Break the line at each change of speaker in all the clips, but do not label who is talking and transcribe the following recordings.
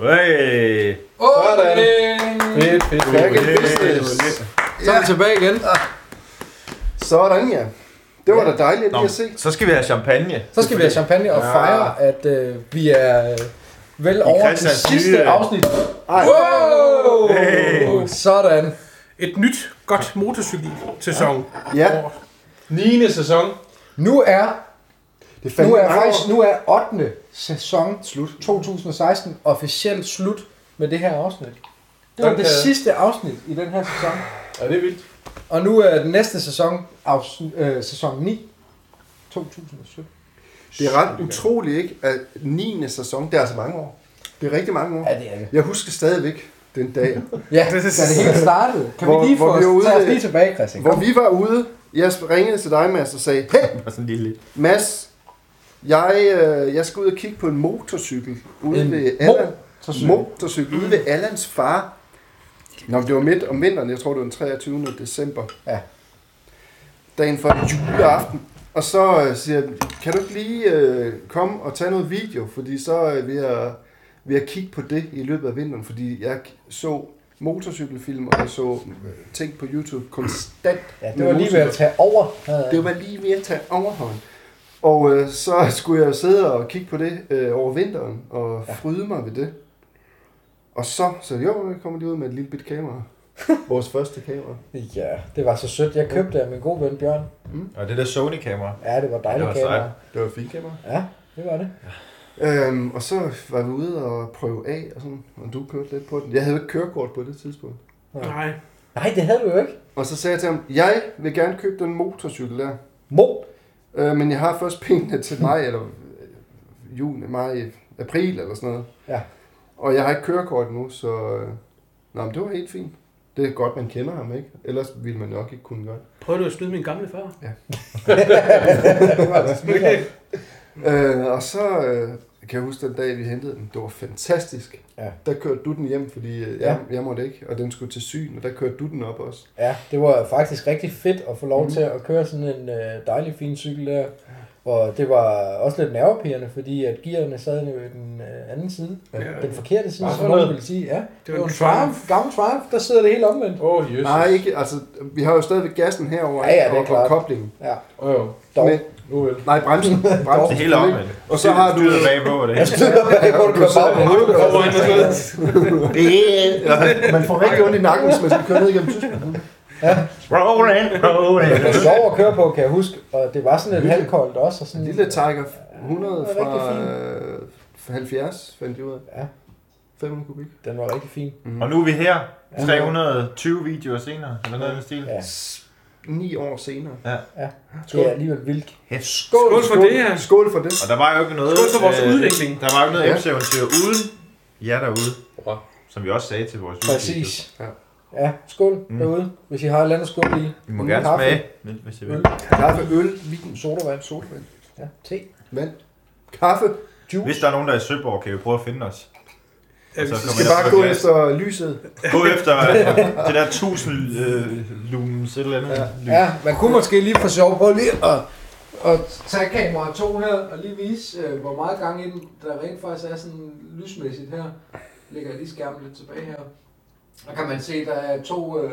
Hey.
Sådan.
Fedt, fedt, fedt.
Jeg kan pisses.
Så er vi tilbage igen.
Sådan ja. Det var da dejligt lige
Nå,
at se.
så skal vi have champagne.
Så skal vi have champagne og fejre, at øh, vi er øh, vel over det
Christians
sidste
nye, øh,
afsnit.
Ej,
Wow!
Hey.
Sådan.
Et nyt, godt motorcykel-sæson.
ja,
9. sæson.
Nu er
det fandt
nu er faktisk nu er 8. sæson slut 2016 officielt slut med det her afsnit. Det var
Okay.
det sidste afsnit i den her sæson.
Ja, det er vildt.
Og nu er den næste sæson afsn- øh, sæson 9 2017.
Det er ret utroligt, ikke? At 9. sæson, det er altså mange år. Det er rigtig mange år.
det er det.
Jeg husker stadigvæk den dag,
Ja, da det hele startede. Kan
Hvor-
vi lige få
hvor
os,
vi er ude-
tage os lige tilbage, Christian?
hvor vi var ude. Jeg ringede til dig, Mads, og sagde, hey,
Og sådan lige lidt.
Mads, jeg, øh, jeg skal ud og kigge på en motorcykel ude
En
ved Allan.
motorcykel.
motorcykel ude ved Allans far. Nå, men det var midt om vinteren, jeg tror det var den 23. december.
Ja.
Dagen før juleaften. Og så øh, siger jeg, kan du ikke lige øh, komme og tage noget video, fordi så øh, vil, jeg, vil jeg kigge på det i løbet af vinteren, fordi jeg så motorcykelfilm, og jeg så øh, ting på YouTube konstant.
Ja, det
med
var lige ved at
motorcykler.
tage over.
Det var lige ved at tage overhånd. Og øh, så skulle jeg sidde og kigge på det øh, over vinteren og ja. fryde mig ved det. Og så, så jo, jeg kommer lige ud med et lille bit kamera. Vores første kamera.
Ja, det var så sødt. Jeg købte af min gode ven Bjørn.
Og det der Sony-kamera.
Ja, det var dejligt
Det var
kamera.
Det var et fint kamera.
Ja, det var det.
Øhm, og så var vi ude og prøve af og sådan, og du kørte lidt på den. Jeg havde jo ikke kørekort på det tidspunkt.
Nej.
Nej, det havde du jo ikke.
Og så sagde jeg til ham, jeg vil gerne købe den motorcykel der,
Mo.
øh, men jeg har først pengene til maj, eller øh, juni, maj, april eller sådan noget.
Ja.
Og jeg har ikke kørekort nu, så... øh, Nå, men det var helt fint. Det er godt, man kender ham, ikke? Ellers ville man nok ikke kunne gøre det.
Prøver du at snyde min gamle far?
Det var det.
Øh, og så øh, kan jeg huske den dag, vi hentede den. Det var fantastisk.
Ja.
Der kørte du den hjem, fordi øh, jeg, jeg måtte ikke. Og den skulle til syn, og der kørte du den op også.
Ja, det var faktisk rigtig fedt at få lov mm. til at køre sådan en øh, dejlig fin cykel der. Og det var også lidt nervepirrende, fordi at gearne sad jo i den øh, anden side. Ja, den forkerte side,
Hvad
som
for
nogen
noget?
ville sige. Ja, det var,
var en
en Triumph. Gammel Triumph, der sidder det helt omvendt.
Åh, oh, jøs.
Nej, ikke. Altså, vi har jo stadigvæk gassen herover
Ja, ja, det er
og, og
klart.
koblingen.
Ja,
Åh, jo.
dog.
Men,
Nu vel.
nej, bremsen. bremsen
Det hele om, men.
Og så har Altså, du...
Styret bagpå, og det hele.
det kunne du køre
sidder
bagpå.
hovedet
Åh, hvor er det noget?
Ja, man får rigtig ondt i nakken, hvis man skal køre ned igennem Tyskland.
Roll in, roll in.
Det var sjov at køre på, kan jeg huske. Og det var sådan lidt halvkoldt også. Og sådan,
En lille Tiger 100
Ja, den var
fra
rigtig
øh, 70, fandt jeg ud af.
Ja.
500 kubik.
den var rigtig fin.
Og nu er vi her. 320 videoer senere, eller noget i den stil.
Ja,
9 år senere.
det er alligevel vildt.
Skål for det her.
Skål for det.
Og der var jo ikke noget...
Skål for vores
øh,
udvikling.
Der var jo ikke noget
Ja.
MC-eventyr uden jer derude.
Ja.
Som vi også sagde til vores YouTube.
Præcis.
Ja.
Ja, skål mm. derude, hvis I har et eller andet skål i.
Vi må
Mm,
gerne
kaffe,
smage, men hvis I vil.
Kaffe, øl, vin,
Sodavand,
sodavand,
ja, te.
vand, kaffe.
Hvis der er nogen, der er i Søborg, kan vi prøve at finde os.
Ja,
Og
Altså,
så
hvis
Vi
kommer jeg
skal bare
på
gå
glas.
efter lyset.
Gå efter øh, det der 1000 øh, lumens et eller andet. lys.
Ja, man kunne måske lige for sjov prøve lige at, at tage kameraet to her og lige vise, øh, hvor meget gang i den, der rent faktisk er sådan lysmæssigt her. Lægger jeg lige skærmen lidt tilbage her. Og kan man se, der er to øh,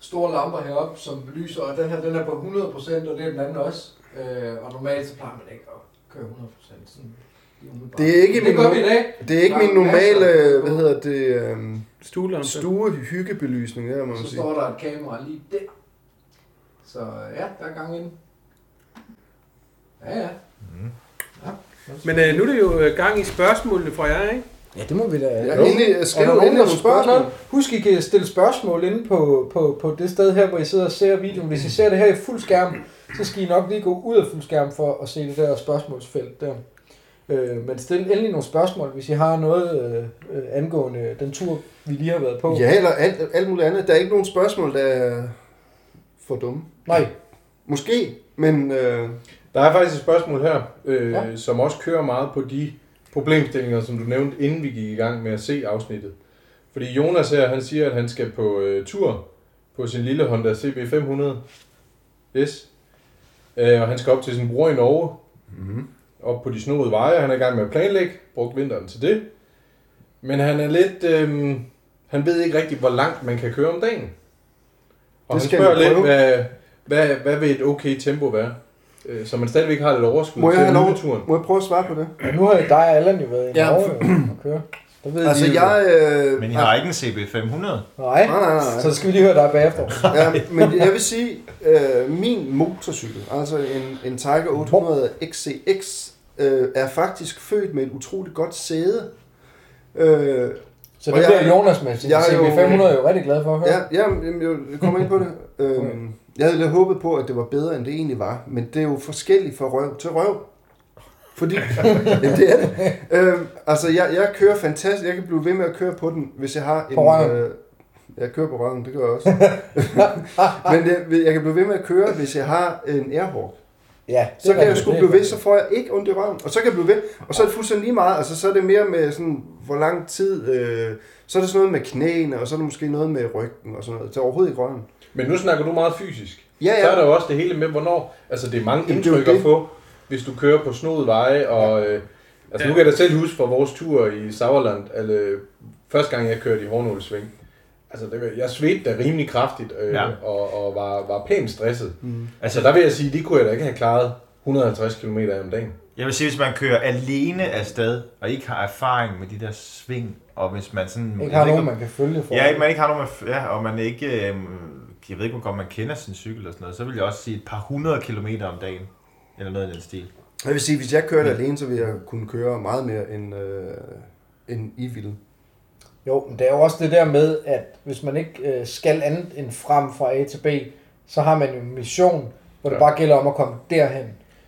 store lamper heroppe, som lyser, og den her den er på 100%, og det er den anden også. Øh, og normalt så plejer man ikke at køre 100%. Sådan. lige umiddelbart.
Det er ikke
det
min
gør
no-
vi i dag.
Det er ikke
Der er
min normale,
masser.
hvad hedder det, øhm,
Stuelampe.
stuehyggebelysning, der må man
Så
sige.
står der et kamera lige der. Så øh, ja, der er gang i den. Ja, ja.
Men øh, nu er det jo øh, gang i spørgsmålene fra jer, ikke?
Ja, det må vi da.
Ja, endelig, skriv endelig nogle spørgsmål.
Husk, I kan stille spørgsmål inde på, på, på det sted her, hvor I sidder og ser videoen. Hvis I ser det her i fuld skærm, så skal I nok lige gå ud af fuld skærm for at se det der spørgsmålsfelt der. Øh, men stil endelig nogle spørgsmål, hvis I har noget øh, øh, angående den tur, vi lige har været på.
Ja, eller alt, alt muligt andet. Der er ikke nogen spørgsmål, der er for dumme.
Nej,
Måske, men øh,
Der er faktisk et spørgsmål her, øh,
Ja.
ja. som også kører meget på de problemstillinger, som du nævnte, inden vi gik i gang med at se afsnittet. Fordi Jonas her, han siger, at han skal på øh, tur på sin lille Honda CB500 S. Øh, og han skal op til sin bror i Norge. Mm-hmm. Op på de snoede veje. Han er i gang med at planlægge. Brugt vinteren til det.
Men han er lidt... Øh, han ved ikke rigtig, hvor langt man kan køre om dagen. Og
Det
han
skal
spørger
vi
lidt,
prøve.
hvad, hvad, hvad vil et okay tempo være? Øh, Så man stadigvæk har lidt overskud
Må jeg,
til
have lov,
turen.
må jeg prøve at svare på det?
Men nu har jo dig og Allan jo været i
Ja.
Norge jo, og køre. Der ved
Altså,
de jo.
jeg... Øh,
Men I har ikke en CB500?
Nej.
Nej, nej, nej.
Så skal vi lige høre dig bagefter.
Ja, men jeg vil sige, øh, min motorcykel, altså en, en Tiger 800 XCX, øh, er faktisk født med et utroligt godt sæde. Øh,
Så
Og
det
jeg-
bliver Jonas med sin
jeg er jo-
CB500 jo rigtig glad for at høre.
ja, ja, jamen, jeg kommer ind på det. Øh, jeg havde lidt håbet på, at det var bedre, end det egentlig var, men det er jo forskelligt fra røv til røv. Fordi, jamen, det er det. Øh, altså, jeg, jeg kører fantastisk. Jeg kan blive ved med at køre på den, hvis jeg har en...
På røven.
Øh, jeg kører på røven, det gør jeg også. men jeg, jeg kan blive ved med at køre, hvis jeg har en Airhawk.
ja det
Så
er
kan jeg
rigtigt.
sgu
Det er
blive ved,
rigtigt.
så får jeg ikke ondt i røven. Og så kan jeg blive ved. Og så er det fuldstændig lige meget. Altså, så er det mere med sådan, hvor lang tid... Øh, så er det sådan noget med knæene, og så er det måske noget med ryggen og sådan noget. Det er overhovedet ikke røven.
Men nu snakker du meget fysisk.
Ja,
Så er
ja.
der jo også det hele med, hvornår... Altså, det er mange
Jamen, det er jo
indtryk at
det.
få, hvis du kører på snodede veje, og... Øh, altså, nu
Ja.
kan jeg da selv huske fra vores tur i Sauerland, eller øh, første gang, jeg kørte i Hornålsving. Altså, det, var- jeg svedte da rimelig kraftigt, øh,
Ja.
og, og var, var pænt stresset.
Mm.
Altså,
Altså, der vil jeg sige, det kunne jeg da ikke have klaret 150 km om dagen.
Jeg vil sige, hvis man kører alene afsted, og ikke har erfaring med de der sving, og hvis man sådan...
Ikke har nogen, man kan følge for.
Ja, ikke, man ikke har nogen, man, ja, og man ikke... Øh, jeg ved ikke, hvor godt man kender sin cykel og sådan noget, så vil jeg også sige et par hundrede kilometer om dagen. Eller noget i den stil.
Altså-
Jeg vil sige, hvis jeg kørte alene, så ville jeg kunne køre meget mere end, øh, end I ville.
Jo, men det er jo også det der med, at hvis man ikke øh, skal andet end frem fra A til B, så har man jo en mission, hvor det
Ja.
ja. bare gælder om at komme derhen.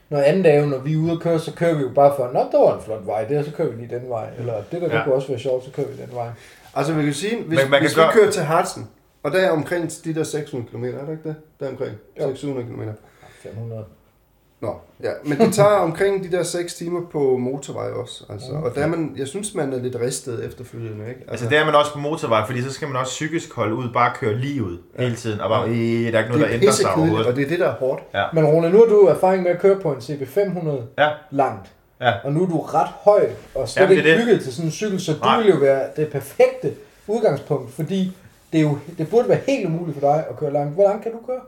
Noget andet er jo, når vi er ude og køre, så kører vi jo bare for, nå, der var en flot vej der, så kører vi lige den vej. Eller det der, det
Ja.
kunne også være sjovt, så kører vi den vej.
Altså, man kan sige, hvis,
Men man kan
hvis
gøre-
vi kører til Hartsen, og der er omkring de der 600 km, er det ikke det? Der er omkring
Jo.
600 km.
500.
Nå, ja, men det tager omkring de der 6 timer på motorvej også. Altså. Og der er man, jeg synes, man er lidt ristet efterfølgende. Ikke?
Altså, det er man også på motorvej, fordi så skal man også psykisk holde ud, bare køre lige ud hele tiden, og bare, øh, der er ikke noget,
det
der
er
ændrer sig
pissekedeligt, og
overhovedet.
det er det, der er hårdt.
Men Rune, nu har du erfaring med at køre på en CB500
Ja.
langt.
Ja.
Og nu er du ret høj og slet
Jamen, det er
ikke
det.
bygget til sådan en cykel, så du
Nej.
Nej. vil jo være det perfekte udgangspunkt, fordi det, er jo, det burde være helt umuligt for dig at køre langt. Hvor langt kan du køre?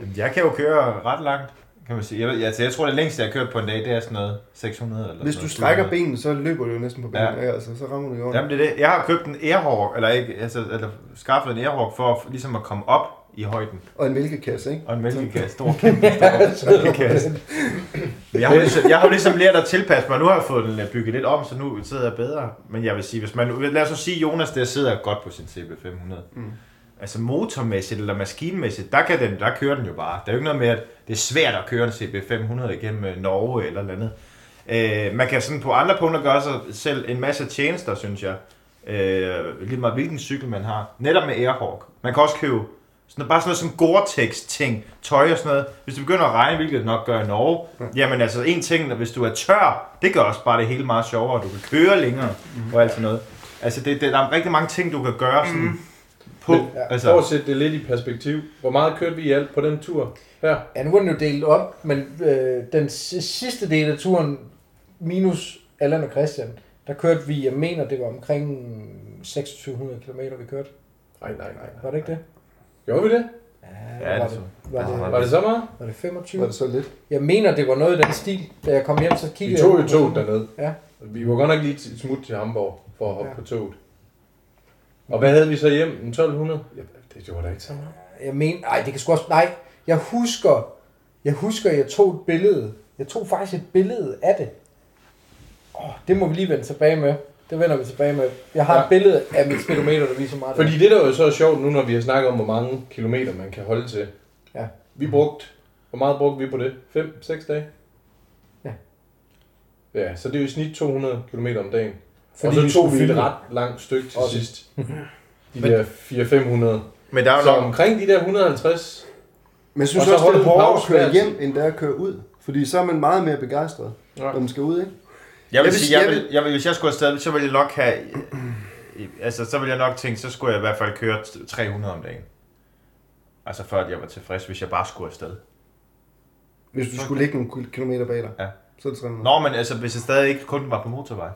Jamen, Jeg kan jo køre ret langt, kan man sige. Jeg, ved- altså, jeg tror, det længste, jeg har kørt på en dag, det er sådan noget 600 eller
Hvis
sådan
du
noget.
strækker benene, så løber du jo næsten på benene. Ja. Altså, så rammer du jorden.
Jamen det er det. Jeg har købt en Airhawk, eller ikke, altså, eller skaffet en Airhawk for at- ligesom at komme op i højden.
Og en mælkekasse, ikke?
Og en mælkekasse, stor kæmpe stor mælkekasse. Men Jeg har, jo ligesom, jeg har jo ligesom lært at tilpasse mig. Nu har jeg fået den øh, bygget lidt om, så nu sidder jeg bedre. Men jeg vil sige, hvis man, lad os så sige, Jonas der sidder godt på sin CB500. Mm. Altså motormæssigt eller maskinmæssigt, der, kan den, der kører den jo bare. Der er jo ikke noget med, at det er svært at køre en CB500 igennem øh, Norge eller noget andet. Øh, man kan sådan på andre punkter gøre sig selv en masse tjenester, synes jeg. Øh, lige meget hvilken cykel man har. Netop med Airhawk. Man kan også købe sådan, bare sådan noget som Gore-Tex ting, tøj og sådan noget. Hvis det begynder at regne, hvilket det nok gør i Norge, jamen altså en ting, når hvis du er tør, det gør også bare det hele meget sjovere, og du kan køre længere
Mhm.
og alt sådan noget. Altså det, det, der er rigtig mange ting, du kan gøre sådan på.
Mhm. Men,
altså,
For at sætte det lidt i perspektiv, hvor meget kørte vi i alt på den tur her?
Ja, nu er den jo delt op, men øh, den si- sidste del af turen, minus Allan og Christian, der kørte vi, jeg mener, det var omkring 2600 km, vi kørte.
Nej, nej, nej. nej.
Var det ikke det?
Gjorde vi det?
ja,
var
det,
det,
tror jeg.
var det,
Var det så meget?
var det
Var
25?
det så lidt?
Jeg mener, det var noget i den stil. Da jeg kom hjem, så
Vi
kiggede
tog
jeg ud
jo
på
toget
sådan-
derned.
Ja.
Vi var godt nok lige et smut til Hamburg for at hoppe
Ja.
på toget. Og hvad havde vi så hjem? En 1200? Ja, det gjorde da ikke så meget.
Jeg mener, nej, det kan sgu også, nej, jeg husker, jeg husker, jeg tog et billede. Jeg tog faktisk et billede af det. Åh, det må vi lige vende tilbage med. Det vender vi tilbage med. Jeg har
Ja.
et billede af mit speedometer, der viser meget.
Fordi det der jo så er sjovt nu, når vi har snakket om, hvor mange kilometer man kan holde til.
Ja.
Vi brugte, hvor meget brugte vi på det? 5-6 dage?
Ja.
Ja, så det er jo i snit 200 km om dagen.
Fordi
og
vi
så tog
skulle
vi et
filme.
ret langt stykke til
Også.
sidst. De der 400-500.
Men der er jo
Så
nok,
omkring de der 150,
Men jeg synes
Og så
også, det
holde
er
en
hårdere at
pause
køre
hver tid.
hjem, end det er at køre ud. Fordi så er man meget mere begejstret,
Ja.
når man skal ud,
Jeg
ikke?
vil
Jeg vil
sige, jeg
sige-
vil, jeg vil, hvis jeg skulle afsted, så ville jeg nok have... Altså, så ville jeg nok tænke, så skulle jeg i hvert fald køre 300 om dagen. Altså, før at jeg var tilfreds, hvis jeg bare skulle afsted.
Hvis du skulle ligge nogle kilometer bag dig.
Ja.
Så er det 300.
Nå, men altså, hvis jeg stadig ikke kun var på motorvej.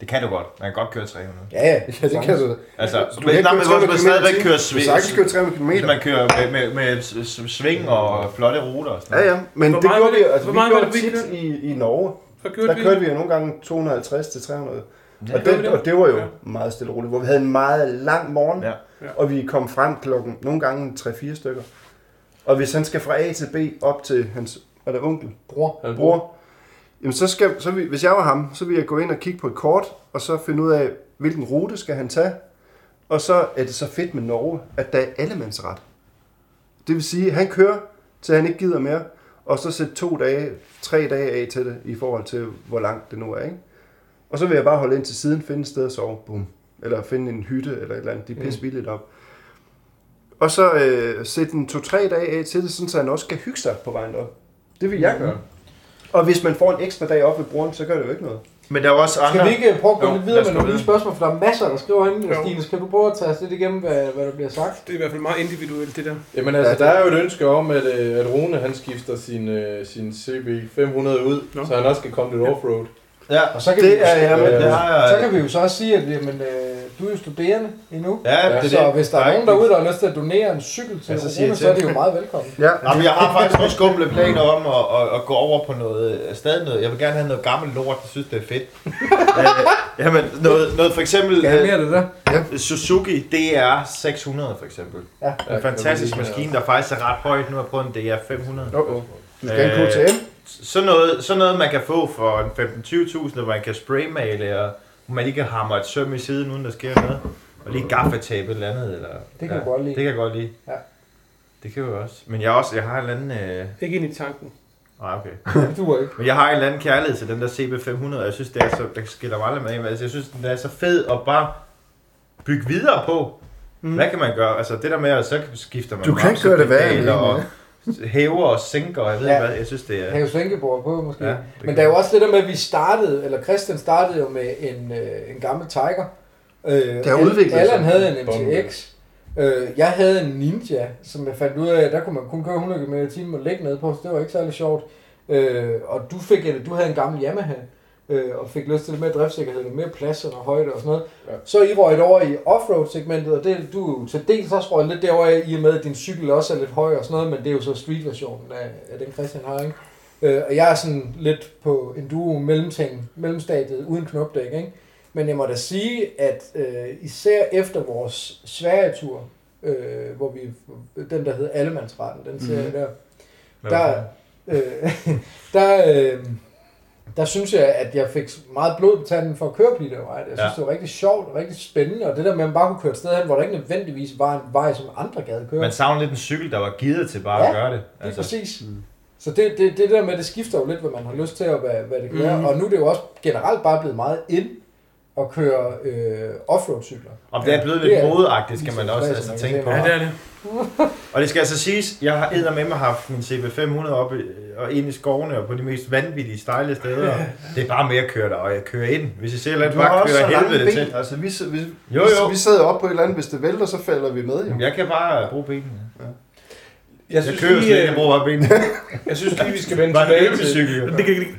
Det kan du godt. Man kan godt køre 300.
Ja, ja.
Ja, det kan du da.
Altså,
Så
du, du, nej, men hvor du stadigvæk kører
Du kan sagtens
sving.
køre 300 km.
Man kører med, med, med s- s- sving og flotte ruter og sådan
Ja,
noget.
ja. Men
Hvor
det
meget
gjorde
var
vi,
det-
altså,
hvor
vi
meget var
gjorde
det, vi
tit
kørte?
i, i Norge.
Så kørte
Der
vi.
kørte vi jo nogle gange 250 til 300.
Ja,
Og,
det var
det,
det.
og det var jo
Ja.
meget stille og roligt, hvor vi havde en meget lang morgen,
Ja.
Ja.
og vi kom frem klokken nogle gange 3-4 stykker. Og hvis han skal fra A til B op til hans er det onkel,
Bror.
Han bruger
bror, jamen så skal, så vi, hvis jeg var ham, så ville jeg gå ind og kigge på et kort, og så finde ud af, hvilken rute skal han tage. Og så er det så fedt med Norge, at der er allemandsret. Det vil sige, at han kører, til han ikke gider mere, og så sætte to dage, tre dage af til det, i forhold til, hvor langt det nu er. Ikke? Og så vil jeg bare holde ind til siden, finde et sted at sove, bum. Eller finde en hytte, eller et eller andet, de er pisse billigt op. Og så øh, sætte en to-tre dage af til det, sådan så han også kan hygge sig på vejen op. Det vil
Mm.
jeg gøre. Og hvis man får en ekstra dag op ved broren, så gør det jo ikke noget.
Men der er jo også andre...
Skal vi ikke øh, prøve at gå
Jo, lad
lidt videre
os
med
gå
nogle
videre.
nye spørgsmål, for der er masser, der skriver herinde,
Jo.
Stine. Kan du prøve at tage os lidt igennem, hvad, hvad der bliver sagt?
Det er i hvert fald meget individuelt, det der.
Jamen altså,
Ja, det-
der er jo et ønske om, at, øh, at Rune han skifter sin, øh, sin CB500 ud,
Nå.
så han også kan komme lidt offroad.
Ja,
Og så kan, vi,
Det
jo-
er jeg med.
det har jeg...
så kan vi jo så også sige, at jamen, øh, du er jo studerende endnu.
Ja, det er
Ja,
det.
så Altså, hvis der er nogen
ikke-
derude, der har lyst til at donere en cykel til
Ja, så
Altså,
Rune,
siger jeg
så er
til.
det jo meget velkommen.
Ja,
Jamen, jeg har faktisk nogle skumle planer om at, at, at gå over på noget, øh, stadig noget. Jeg vil gerne have noget gammelt lort, jeg synes, det er fedt. øh, jamen, noget, noget for eksempel
Skal jeg
øh,
mere af det der?
Suzuki DR 600 for eksempel.
Ja.
En fantastisk maskine, der faktisk er ret højt. Nu har jeg prøvet en DR 500.
Uh-oh. Du skal have en
Øh,
KTM.
Sådan noget, sådan noget, man kan få for en 15-20.000, hvor man kan spraymale, og hvor man lige kan hamre et søm i siden, uden der sker noget. Og lige gaffatape et eller andet. Eller,
Det kan jeg godt lide.
Det kan jeg godt lide.
Ja.
Det kan jeg jo også. Men jeg, har også, jeg har en eller anden... Øh...
Ikke ind i tanken.
Nej, okay.
Det duer ikke.
Men jeg har en eller anden kærlighed til den der CB500, og jeg synes, det er så, der skiller mig aldrig med af, men altså, jeg synes, den er så fed at bare bygge videre på. Mm. Hvad kan man gøre? Altså det der med, at så skifter man
Du kan ikke gøre det værre end
bremsepedaler og
det,
hæver og sænker, og jeg ved
Ja.
ja. hvad, jeg synes, det er...
Have Svenkeborg på, måske.
Ja,
Ja,
det
Men
kan
der er jo også det der med, at vi startede, eller Christian startede jo med en, øh, en gammel Tiger. Øh,
Der har udviklet sig.
Allan havde en
Bombe.
MTX. Øh, jeg havde en Ninja, som jeg fandt ud af, at der kunne man kun køre 100 km i timen og lægge ned på, så det var ikke særlig sjovt. Øh, og du, fik, eller, du havde en gammel Yamaha, øh, og fik lyst til lidt mere driftsikkerhed, lidt mere plads og noget højde og sådan noget.
Ja.
Ja. Så er I røget over i offroad-segmentet, og det, du er jo til dels også røget lidt derover i og med, at din cykel også er lidt høj og sådan noget, men det er jo så street-versionen af, af den Christian har, ikke? Øh, og jeg er sådan lidt på enduro mellemting, mellemstadiet uden knopdæk, ikke? Men jeg må da sige, at øh, især efter vores Sverige-tur, øh, hvor vi, den der hed Allemandsretten, den serie der,
Mhm. Hvad var
der,
det?
øh, der, øh, der synes jeg, at jeg fik meget blod på tanden for at køre på de der veje. Jeg synes,
Ja.
ja. det var rigtig sjovt og rigtig spændende, og det der med, at man bare kunne køre et sted hen, hvor der ikke nødvendigvis var en vej, som andre gad køre.
Man savner lidt en cykel, der var givet til bare
Ja,
at gøre det.
Lige altså.
Altså,
præcis. Så det, det, det der med, det skifter jo lidt, hvad man har lyst til, og hvad, hvad det kan være.
Mhm.
Og nu er det jo også generelt bare blevet meget ind at køre øh, offroad-cykler.
om det er blevet lidt
Det er-
modeagtigt, skal man
Ligesom
også
Frederiksen,
altså,
man
tænke på.
kan se,
Ja, det er det.
Og det skal altså siges, jeg har eddermame haft min CB500 op øh, og ind i skovene og på de mest vanvittige stejle steder. Det er bare med at køre der, og jeg kører ind. Hvis jeg ser et eller andet,
Du har
bare
også så
kører
lange
helvede
ben.
til.
Altså, vi, vi,
Jo, jo.
vi, vi sidder op på et eller andet, hvis det vælter, så falder vi med. Jo.
Jamen, Jeg kan bare bruge benene.
Jeg
Jeg
synes,
kører slet
lige,
ikke, jeg
øh,
bruger bare benene.
jeg synes lige, vi skal vende
Bare en
tilbage til...
øvelsecykel. jo.
Det kan ikke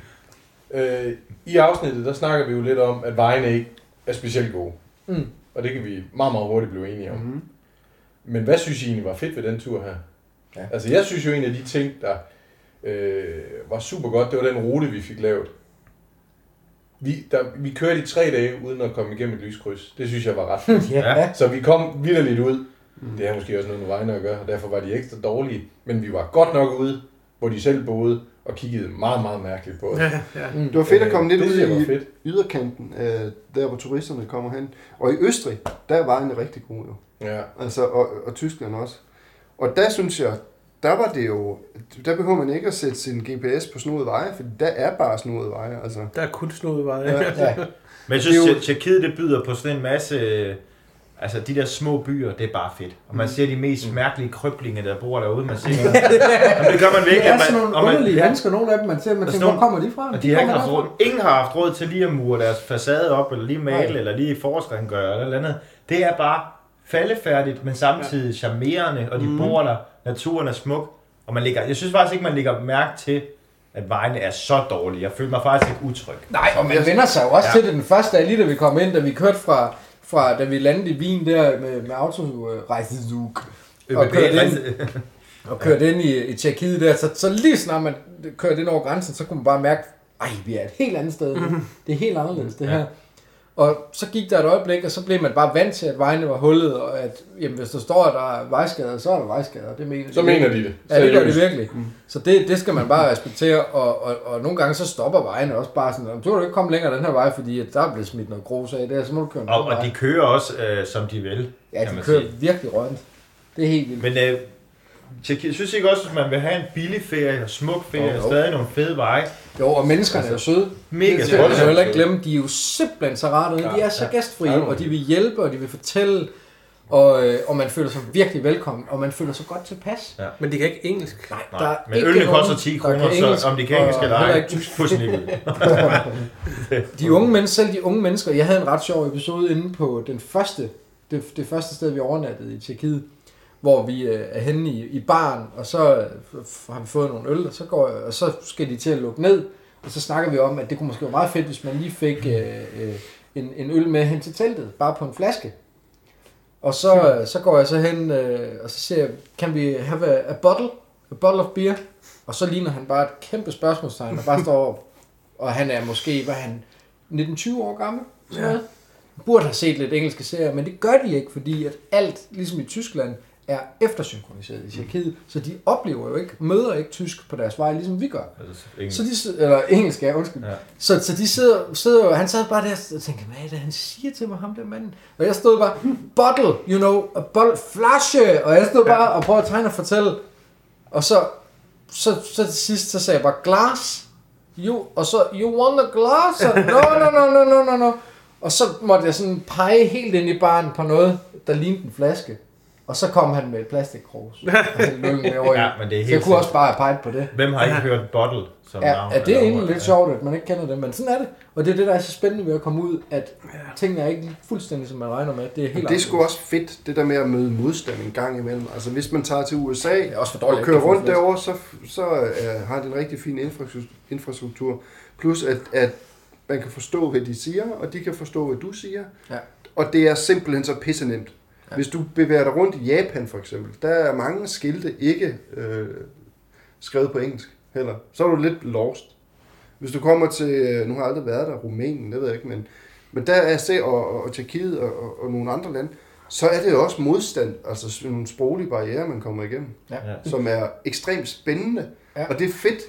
Øh, I afsnittet, der snakker vi jo lidt om, at vejene ikke er specielt gode.
Mm.
Og det kan vi meget, meget hurtigt blive enige om.
Mhm.
Men hvad synes I egentlig var fedt ved den tur her?
Ja.
Altså, jeg synes jo, en af de ting, der øh, var super godt, det var den rute, vi fik lavet. Vi, der, vi kørte i tre dage uden at komme igennem et lyskryds. Det synes jeg var ret fedt.
Ja.
Så vi kom vidderligt ud.
Mm.
Det er måske også noget med vejen at gøre, og derfor var de ekstra dårlige. Men vi var godt nok ude, hvor de selv boede, og kiggede meget, meget mærkeligt på os.
Ja, ja.
Mm.
Det var fedt at komme lidt
det
ud
synes jeg var
i
fedt.
yderkanten, øh, der hvor turisterne kommer hen. Og i Østrig, der var en rigtig god jo.
Ja.
Altså, og, og Tyskland også. Og der synes jeg, der var det jo, der behøver man ikke at sætte sin GPS på snodede veje, for der er bare snodede veje. Altså,
Der er kun slået veje.
Ja.
Ja.
Ja.
Men jeg
Det er jo-
synes, at Tjekkiet det byder på sådan en masse... øh, Altså, de der små byer, det er bare fedt. Og man ser de mest mærkelige krøblinger, der bor derude. Man ser Jamen, det gør man virkelig.
Det er
og man-
sådan nogle
og man-
underlige mennesker, nogle af dem, man ser, man
Der
tænker,
står-
hvor kommer de fra?
Og de har ikke
kommer
haft
derfra.
råd, ingen har haft råd til lige at mure deres facade op, eller lige male,
Nej.
eller lige forårsrengøre, eller noget andet. Det er bare faldefærdigt, men samtidig
Mhm.
charmerende, og de bor der, naturen er smuk, og man ligger, jeg synes faktisk ikke, man lægger mærke til, at vejene er så dårlige. Jeg føler mig faktisk ikke utryg.
Nej, og man vender sig jo også
Ja.
ja. til det. Den første er lige, da vi kom ind, da vi kørte fra, fra da vi landede i Wien der med, med autorejsezug. Og kørte ind, og kørte ind i, i Tjekkiet der, så, så lige snart man kørte ind over grænsen, så kunne man bare mærke, ej, vi er et helt andet sted nu.
Mhm.
Det er helt anderledes, det her. Og så gik der et øjeblik, og så blev man bare vant til, at vejene var hullet, og at jamen, hvis der står, at der er vejskader, så er der vejskader. Det mener
Så mener de det.
Ja, det gør det
Seriøst.
virkelig. Mm. Så det, det skal man bare respektere, og, og, og nogle gange så stopper vejene også bare sådan, "Nå, du kan du ikke komme længere den her vej, fordi at der er blevet smidt noget grus af, der, så må du køre en
Og,
anden
og
vej."
de kører også, øh, som de vil.
ja,
kan
de
man
kører
sige.
virkelig rødt. Det er helt vildt.
Men øh, Tjekkiet, synes I ikke også, at man vil have en billig ferie og smuk ferie,
Jo,
og
jo.
stadig nogle fede veje?
Jo, og menneskerne er jo søde.
Mega
Det skal man jo
voldsomt.
heller ikke glemme. De er jo simpelthen så rare dernede. De er så gæstfrie,
Ja, det må
og
man
de vil hjælpe, og de vil fortælle, og, øh, og man føler sig virkelig velkommen, og man føler sig godt tilpas.
Men de kan ikke engelsk.
Nej,
Nej,
der er
men
ikke
ølene
nogen,
koster 10
der
kroner,
kan engelsk,
så om de kan engelsk
og
eller
heller
ej,
ikke
fuldstændig ligegyldigt.
De unge mennesker, selv de unge mennesker, jeg havde en ret sjov episode inde på den første, det, det første sted, vi overnattede i Tjekkiet, hvor vi øh, er henne i, i baren, og så øh, f- har vi fået nogle øl, og så, går, og så skal de til at lukke ned, og så snakker vi om, at det kunne måske være meget fedt, hvis man lige fik øh, øh, en, en øl med hen til teltet, bare på en flaske. Og så, øh, så går jeg så hen, øh, og så siger jeg, kan vi have øh, a, a bottle? A bottle of beer? Og så ligner han bare et kæmpe spørgsmålstegn, og bare står op. Og han er måske, hvad er han, 19-20 år gammel. Sådan noget. Burde have set lidt engelske serier, men det gør de ikke, fordi at alt, ligesom i Tyskland, er eftersynkroniseret i Tjekkiet, så de oplever jo ikke, møder ikke tysk på deres vej, ligesom vi gør.
Altså,
Så
ingen-
de, sid- eller engelsk, ja, undskyld.
Ja.
Ja. Så, så de sidder, sidder jo, han sad bare der og tænkte, hvad er det, han siger til mig, ham der manden? Og jeg stod bare, bottle, you know, a bottle, flashe, og jeg stod bare og prøvede at tegne og fortælle. Og så, så, så til sidst, så sagde jeg bare, glass, you, og så, you want a glass? Og, no, no, no, no, no, no, no. Og så måtte jeg sådan pege helt ind i baren på noget, der lignede en flaske. Og så kom han med et plastikkrus. Og hældte øllen med over i.
Ja, men det er
så jeg
helt
kunne også bare have peget på det.
Hvem har ikke hørt Bottle som navn?
Ja, ja, det er
eller
egentlig
ord?
lidt sjovt, at man ikke kender det, men sådan er det. Og det er det, der er så spændende ved at komme ud, at tingene er ikke fuldstændig, som man regner med. Det er helt
Men det er sgu også fedt, det der med at møde modstand en gang imellem. Altså hvis man tager til USA
er også for dårligt.
og kører rundt derovre, så, så øh, har det en rigtig fin infrastruktur- infrastruktur. Plus at, at man kan forstå, hvad de siger, og de kan forstå, hvad du siger.
Ja.
Og det er simpelthen så pisse nemt. Ja. Hvis du bevæger dig rundt i Japan for eksempel, der er mange skilte ikke øh, skrevet på engelsk heller. Så er du lidt lost. Hvis du kommer til, øh, nu har jeg aldrig været der, Rumænien, det ved jeg ikke, men, men der er se og, og, og Tjekkiet og, og, og nogle andre lande, så er det jo også modstand, altså sådan nogle sproglige barriere, man kommer igennem,
Ja.
Ja.
som er ekstremt spændende,
Ja.
ja. og det er fedt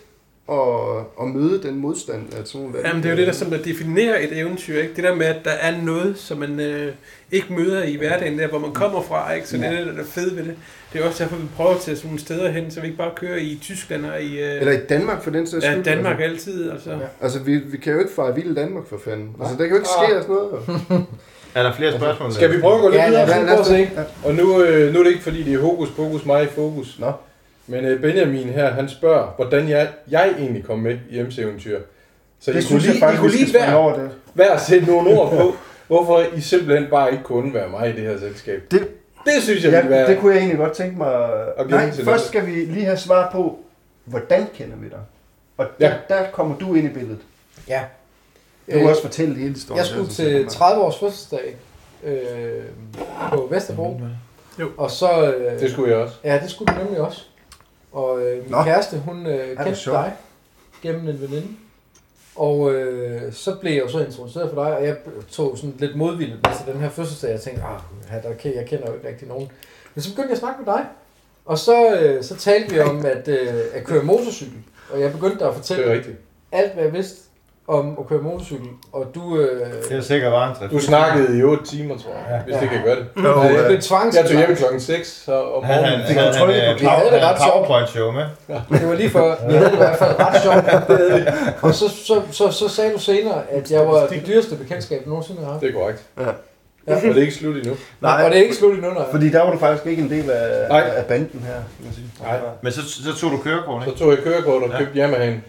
at, at møde den modstand af sådan nogle lande.
Jamen, det er jo det, der, som der definerer et eventyr, ikke? Det der med, at der er noget, som man øh, ikke møder i hverdagen, der hvor man kommer fra, ikke? Så det er det, der er fedt ved det. Det er også derfor, vi prøver at tage sådan nogle steder hen, så vi ikke bare kører i Tyskland og i øh,
Eller i Danmark for den sags
ja,
skyld.
Danmark altid. Altså. Ja.
Altså, altså vi, vi kan jo ikke fare vilde Danmark for fanden. Altså, der kan jo ikke ske sådan noget. jo.
Er der flere spørgsmål?
Skal vi prøve at gå lidt
Ja, lad
videre?
os
Ja,
lige
lad
Altså, prøve at
os
se.
Og nu, øh, nu er det ikke fordi, det er hokus pokus mig i fokus.
Nå.
Men øh, Benjamin her, han spørger, hvordan jeg, jeg egentlig kom med i MC-eventyr. Så det I kunne lige, I kunne lige
springe
hver,
over det.
hver at sætte nogle ord på, hvorfor I simpelthen bare ikke kunne undvære mig i det her selskab.
Det-
det synes jeg ville
Ja,
være...
det kunne jeg egentlig godt tænke mig.
Og glæde
Nej,
til
først
det.
skal vi lige have svar på, hvordan kender vi dig? Og der,
Ja.
ja. der kommer du ind i billedet.
Ja.
Du kan
Øh,
også fortælle hele historien.
Jeg skulle
der, så siger
til
man.
30 års fødselsdag øh, på Vesterbro.
Jo.
Og så... Øh,
det skulle jeg også.
Ja, det skulle du nemlig også. Og øh, min
Nå.
Nå. kæreste, hun øh, kendte
sjovt.
dig gennem en veninde. Og øh, så blev jeg jo så introduceret for dig, og jeg tog sådan lidt modvilligt med til den her fødselsdag. Jeg tænkte, ah, ja, der kan, jeg kender jo ikke rigtig nogen. Men så begyndte jeg at snakke med dig. Og så, øh, så talte vi om at, øh, at køre motorcykel. Og jeg begyndte dig at
Det er
fortælle
rigtigt.
alt, hvad jeg vidste om at køre motorcykel. Og du, øh,
Det er sikkert bare en træf.
Du snakkede i 8 timer, tror jeg, hvis det kan gøre det.
Jo,
Øh,
du
øh,
blev tvangs.
Jeg tog hjem klokken 6 så om
Han havde
morgenen.
en,
Fik
han havde
kontrol
en, øh,
på det.
pow-
Vi havde det ret sjovt.
PowerPoint-show med.
Det var lige før. Vi havde det i hvert fald ret sjovt. Og så, så, så, så sagde du senere, at jeg var det dyreste bekendtskab, du nogensinde har haft.
Det er korrekt.
Ja.
Ja. Og det er ikke slut endnu.
Nej.
Nej, og det er ikke slut endnu, nej.
Fordi der var du faktisk ikke en del af,
Nej.
af banden her. kan man sige.
Nej.
Men så, så tog du kørekort,
Så
ikke?
tog jeg kørekort og
Ja.
købte Yamahaen.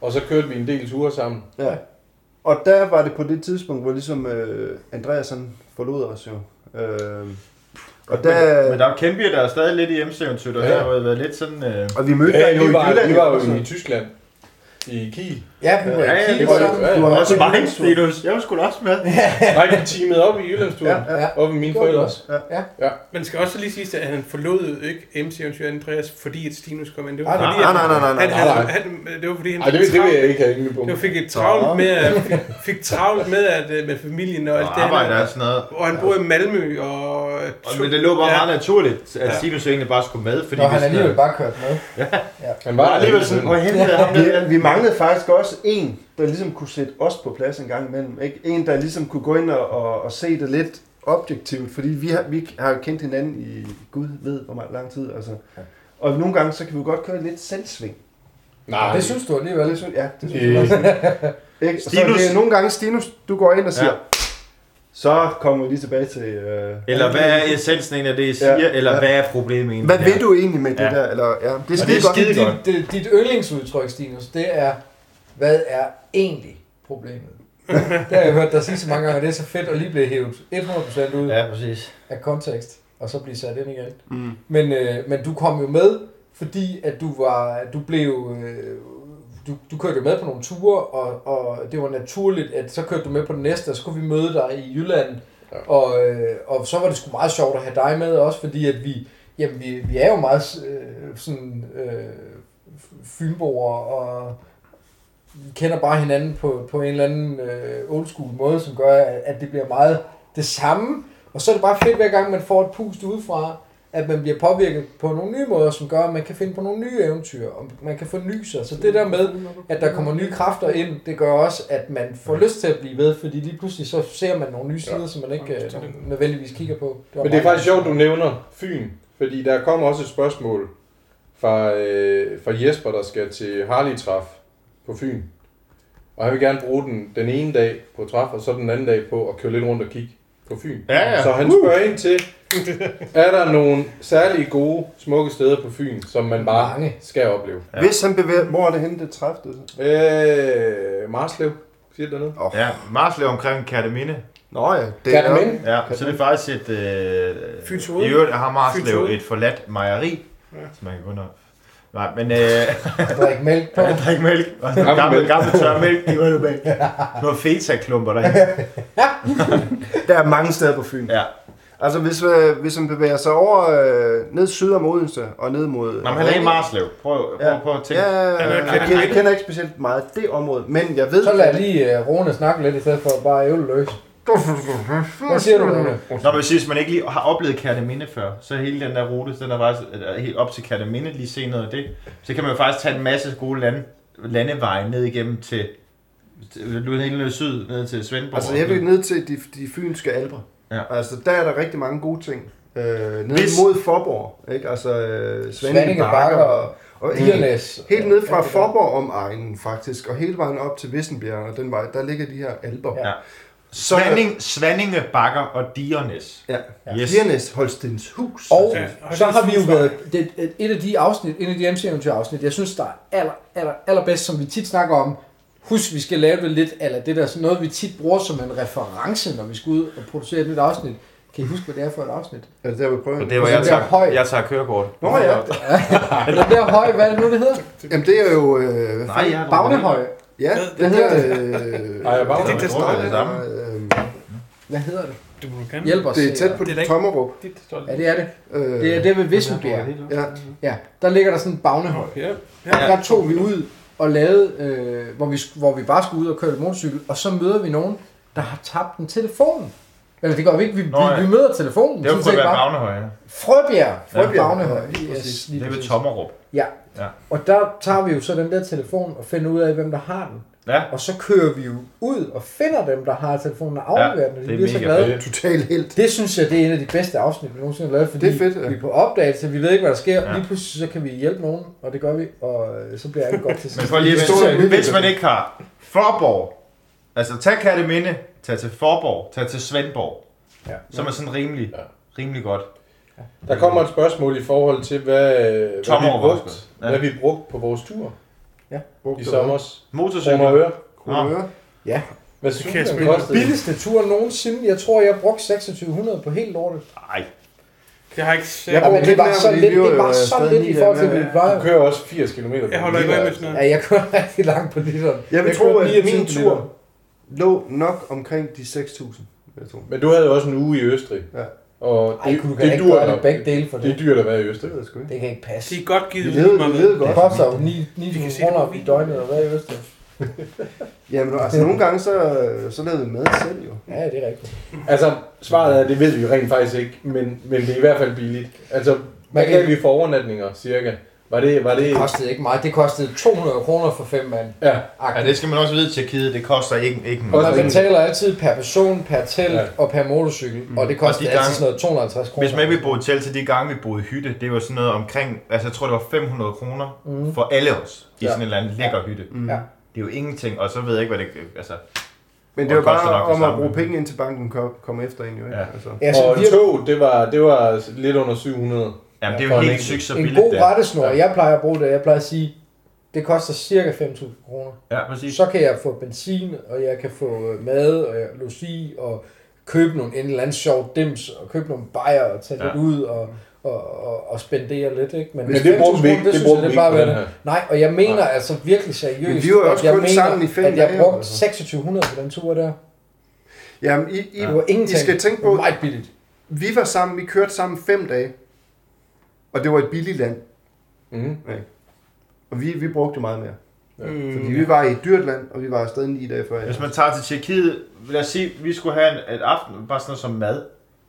Og så kørte vi en del ture sammen.
Ja. Og der var det på det tidspunkt, hvor ligesom øh, Andreas han forlod os jo. Øh, Og, der,
Men der er jo kæmpe, der er stadig lidt i MC-eventyr, og
Ja.
ja. der har jo været lidt sådan... Øh,
og vi mødte
Ja,
dig jo i
vi, var,
Jylland. altså.
vi var jo
også.
i Tyskland. I Kiel.
Ja, vi var
Ja,
i
ja,
Kiel
det var-
sammen. Du
ja,
og
var
også
også i
mig,
Kiel.
Stinus. Jeg skulle da også med.
Nej, vi teamede op i Jyllandsturen. Ja.
Ja,
Op med mine
Gjorde vi
forældre
også.
også.
Man skal også lige sige, at han forlod ikke MC Eventyr Andreas, fordi et Stinus kom ind. Det var
Ah, nej,
fordi,
Nej,
at-
nej, nej, nej,
han,
nej.
han, han, det var fordi, han
Ej, det, det vil jeg ikke have ingen på.
Det var fik et travlt med, at, fik, fik travlt med, at, øh, med familien og alt
Og
det.
arbejde
Han,
og sådan noget.
og han bor i Malmø, og...
Og, men det lå bare
Ja.
meget naturligt, at
Ja.
Stinus egentlig bare skulle med, fordi
Nå, han
vi
er
sådan-
alligevel bare kørt med.
Han
var
var
alligevel sådan, hvor helvede er ham der?
Vi, vi manglede faktisk også en, der ligesom kunne sætte os på plads en gang imellem. Ikke? En, der ligesom kunne gå ind og, og, og se det lidt objektivt, fordi vi har, vi har jo kendt hinanden i gud ved hvor meget lang tid. Altså. Og nogle gange, så kan vi godt køre lidt selvsving.
Nej,
Det synes du alligevel.
Det synes, ja, det synes
Øh.
jeg også. Ikke? Så
Stinus.
det er nogle gange, Stinus, du går ind og siger,
Ja.
ja. så kommer vi lige tilbage til... Øh,
Eller hvad er essensen egentlig af det, I siger?
Ja.
Eller
Ja.
hvad er problemet egentlig?
Hvad
der?
ved du egentlig med det
Ja.
der? Eller, ja, det er
Og det
skide
er
godt.
skide godt.
Dit, øh, dit, dit yndlingsudtryk, Stinus, det er, hvad er egentlig problemet? det har jeg hørt dig sige så mange gange, og det er så fedt at lige blive hævet 100% ud
Ja, præcis.
af kontekst, og så blive sat ind igen.
Mm.
Men, øh, men du kom jo med, fordi at du var, du blev, øh, du, du kørte jo med på nogle ture, og, og det var naturligt, at så kørte du med på den næste, og så kunne vi møde dig i Jylland.
Ja.
Ja. Og, øh, og så var det sgu meget sjovt at have dig med også, fordi at vi, jamen vi, vi er jo meget øh, sådan øh, fynboer, og vi kender bare hinanden på, på en eller anden øh, old school måde, som gør, at, at det bliver meget det samme. Og så er det bare fedt, hver gang man får et pust udefra, at man bliver påvirket på nogle nye måder, som gør, at man kan finde på nogle nye eventyr, og man kan forny sig. Så det der med, at der kommer nye kræfter ind, det gør også, at man får lyst til at blive ved, fordi lige pludselig så ser man nogle nye sider, som man ikke øh, nødvendigvis kigger på. var
Men det er
meget-
faktisk sjovt, du nævner Fyn, fordi der kommer også et spørgsmål fra, øh, fra Jesper, der skal til Harley Træf på Fyn. Og han vil gerne bruge den den ene dag på træf, og så den anden dag på at køre lidt rundt og kigge på Fyn.
Ja, ja.
Så han spørger ind til, er der nogle særlige gode, smukke steder på Fyn, som man bare
Mange.
skal opleve?
Ja.
Hvis han bevæger... Hvor er altså. det henne, det træffede?
Øh, Marslev, siger det dernede?
Ja, Marslev omkring Kærteminde.
Nå ja, det
Kan
er...
det minde?
Ja, så det er faktisk et... Øh,
Fyns Hoved.
I øvrigt har Marslev
Hoved.
et forladt mejeri, som man kan gå under. Nej, men øh,
at drikke mælk på.
jeg drikker mælk. Og sådan
Gammel
gammel,
mælk.
gammel tør mælk. Det var jo bag. Det var feta-klumper derinde.
Der er mange steder på Fyn. Ja.
Ja.
Altså, hvis, øh, hvis man bevæger sig over øh, ned syd om Odense og ned mod...
Nå, men han er i Marslev. Prøv, prøv, prøv at tænke.
Ja,
Han er
jeg,
jo kendt.
kender, jeg kender ikke specielt meget det område, men jeg ved...
Så lad lige uh, Rune snakke lidt, i stedet for bare ævle løs. Hvad siger du, Rune?
Nå, men hvis- hvis man ikke lige har oplevet Kærteminde før, så hele den der rute, den er faktisk er helt op til Kærteminde, lige se noget af det. Så kan man jo faktisk tage en masse gode lande, landeveje ned igennem til, til du er helt ned syd, ned til Svendborg.
Altså, jeg vil ned til de, de fynske albre.
Ja.
Altså, der er der rigtig mange gode ting. Øh, nede
Hvis-
mod Forborg, ikke? Altså, øh,
Svanninge
Svanninge
Bakker
Bakker.
og
Og, og helt,
Diernæs.
helt ned
Ja,
fra
det er godt.
Forborg om egnen, faktisk, og hele vejen op til Vissenbjerg og den vej, der ligger de her alber.
Ja.
Så-
Svanning, Svanninge, Bakker og Diernes.
Ja.
Yes.
Diernes Holstens Hus.
Og
Ja, og
så
det
har vi jo
synes jeg-
været, det, et- et af de afsnit, en af de MC Eventyr afsnit, jeg synes, der er aller, aller, allerbedst, som vi tit snakker om. Husk, vi skal lave det lidt, eller det der sådan noget, vi tit bruger som en reference, når vi skal ud og producere et nyt afsnit. Kan I huske, hvad det er for et afsnit?
Er det der, vi prøver?
Og det var
Så
jeg
det er høj.
tager, jeg tager kørekort.
Nå ja.
Er det der høj, hvad er det nu, det hedder?
Jamen, det er jo... Øh,
Nej, jeg har
Bagnehøj.
ja,
Hvad-
det hedder... Øh,
Ej, jeg var
Det er det, der er det samme.
øh,
Hvad hedder det?
Du må gerne.
Hjælp os.
det er tæt på
Det er da ikke-
Tommerup.
Det står
Ja, det er det.
Øh,
Det er det ved Vissenbjerg.
Ja.
Ja, der ligger der sådan en bagnehøj.
Ja.
Ja. Der tog vi ud og lavede, øh, hvor, vi, sk- hvor vi bare skulle ud og køre lidt motorcykel, og så møder vi nogen, der har tabt en telefon. Eller det gør vi ikke, vi,
Nå,
vi,
ja.
vi møder
Det
telefonen.
var
sådan
kun
set
være
bare.
Bagnehøj. ja.
Frøbjerg.
Frøbjerg.
Frøbjerg.
Ja,
Ja,
præcis.
yes, lige
Det er ved
præcis.
Tommerup.
Ja.
Ja.
Og der tager vi jo så den der telefon og finder ud af, hvem der har den.
Ja.
Og så kører vi jo ud og finder dem, der har telefonen og
Ja,
afleverer ja, den, og
det
de
er
bliver så
mega
glade.
fedt.
Total helt.
Det synes jeg, det er en af de bedste afsnit, vi nogensinde har lavet, fordi
Det er fedt, ja.
vi er på opdagelse, vi ved ikke, hvad der sker,
Ja.
ja. lige pludselig så kan vi hjælpe nogen, og det gør vi, og øh, så bliver alt godt til
Men
sidst.
for lige at
Historien er
vente,
virkelig
hvis man ikke har Forborg, altså tag Katteminde, tag til Forborg, tag til Svendborg,
Ja.
ja. som er sådan rimelig,
Ja.
rimelig godt.
Der kommer et spørgsmål i forhold til, hvad, hvad, vi,
Tommeroverskrift.
brugte,
Ja.
hvad vi brugte på vores tur i sommers. Kroner
Motorcykel.
øre.
Kronøre.
Hvad
Det
synes
kan jeg
du,
sgu
den
ikke.
kostede?
Billigste tur nogensinde, jeg tror, jeg brugte 2600 på helt lortet.
Nej,
Jeg har ikke set.
Jeg
Ja, men det var så
fordi
lidt,
vi var
det var
jo øh,
så
stadig
lidt i
lige
forhold til,
der
hvad
med-
vi var.
Du kører også 80 km.
Jeg holder ikke øje med sådan noget.
Ja, jeg kørte rigtig langt på det sådan.
Jeg vil
Jeg
tro,
kørte
at
29
min
kilometer.
tur lå nok omkring de 6.000, vil jeg tro.
Men du havde jo også en uge i Østrig.
Ja.
Og
Ej, kunne du kan
det,
ikke
dur
gøre det
nok.
begge dele for
det
det.
er dyrt at være i Østrig.
Det ved jeg sgu ikke.
Det kan ikke passe.
De er godt givet
Vi levede,
ud mig
vi
med.
levede
Det
godt.
koster jo
Vi kan se
9.000
det på
kroner i
videoen.
døgnet at være i Østrig.
Jamen, altså nogle gange, så, så lavede vi mad selv jo.
Ja, det er rigtigt.
Altså, svaret er, det ved vi jo rent faktisk ikke, men, men det er i hvert fald billigt. Altså, hvad
Men-
gav vi for overnatninger, cirka? Var det... Var det
Det kostede ikke meget. Det kostede 200 kroner for fem mand.
ja,
Ja, det skal man også vide til Kide. Det koster ikke, ikke
Og
noget.
Man
Koster
betaler altid per person, per telt
Ja.
ja. og per motorcykel, mm. og det koster
Og de
altid
gange-
sådan noget 250 kroner.
Hvis man ikke vil bo i telt til de gange, vi boede i hytte, det var sådan noget omkring, altså jeg tror det var 500 kroner
Mm.
for alle os i
Ja.
sådan en eller anden lækker hytte.
Mm.
Ja.
Det er jo ingenting, og så ved jeg ikke, hvad det... Altså,
Men
Og
det var
det koster
bare
nok det
om at
samme.
bruge penge ind til banken kom, kom efter en jo, ikke?
Ja.
Altså.
Ja, så
og
vi har
tog, det var, det var lidt under 700.
jamen, det
for
er jo
en
helt
enkelt.
sygt så
en
billigt
god
der.
rettesnor. Jeg plejer at bruge det. Jeg plejer at sige, det koster cirka 5.000 kroner.
Ja, præcis.
Så kan jeg få benzin, og jeg kan få øh, mad, og jeg logi, og købe nogle en eller anden sjov dims, og købe nogle bajer, og tage
Ja.
ja. lidt ud, og, og, og, og spendere lidt, ikke?
Men det brugte vi ikke, det brugte vi ikke på den her.
Nej, og jeg mener altså virkelig seriøst,
Men vi var jo
at
også
jeg
kun sammen i fem
at jeg
dage,
brugte
altså.
2600 på den tur der.
Jamen, I, I,
Det var ingenting.
I skal tænke
Det var
på,
meget billigt.
vi var sammen, vi kørte sammen fem dage. Og det var et billigt land,
Mm.
og vi, vi brugte meget mere.
Mm.
Fordi vi var i et dyrt land, og vi var afsted ni dage før.
Hvis man tager til Tjekkiet, lad os sige, vi skulle have en, et aften, bare sådan noget som mad.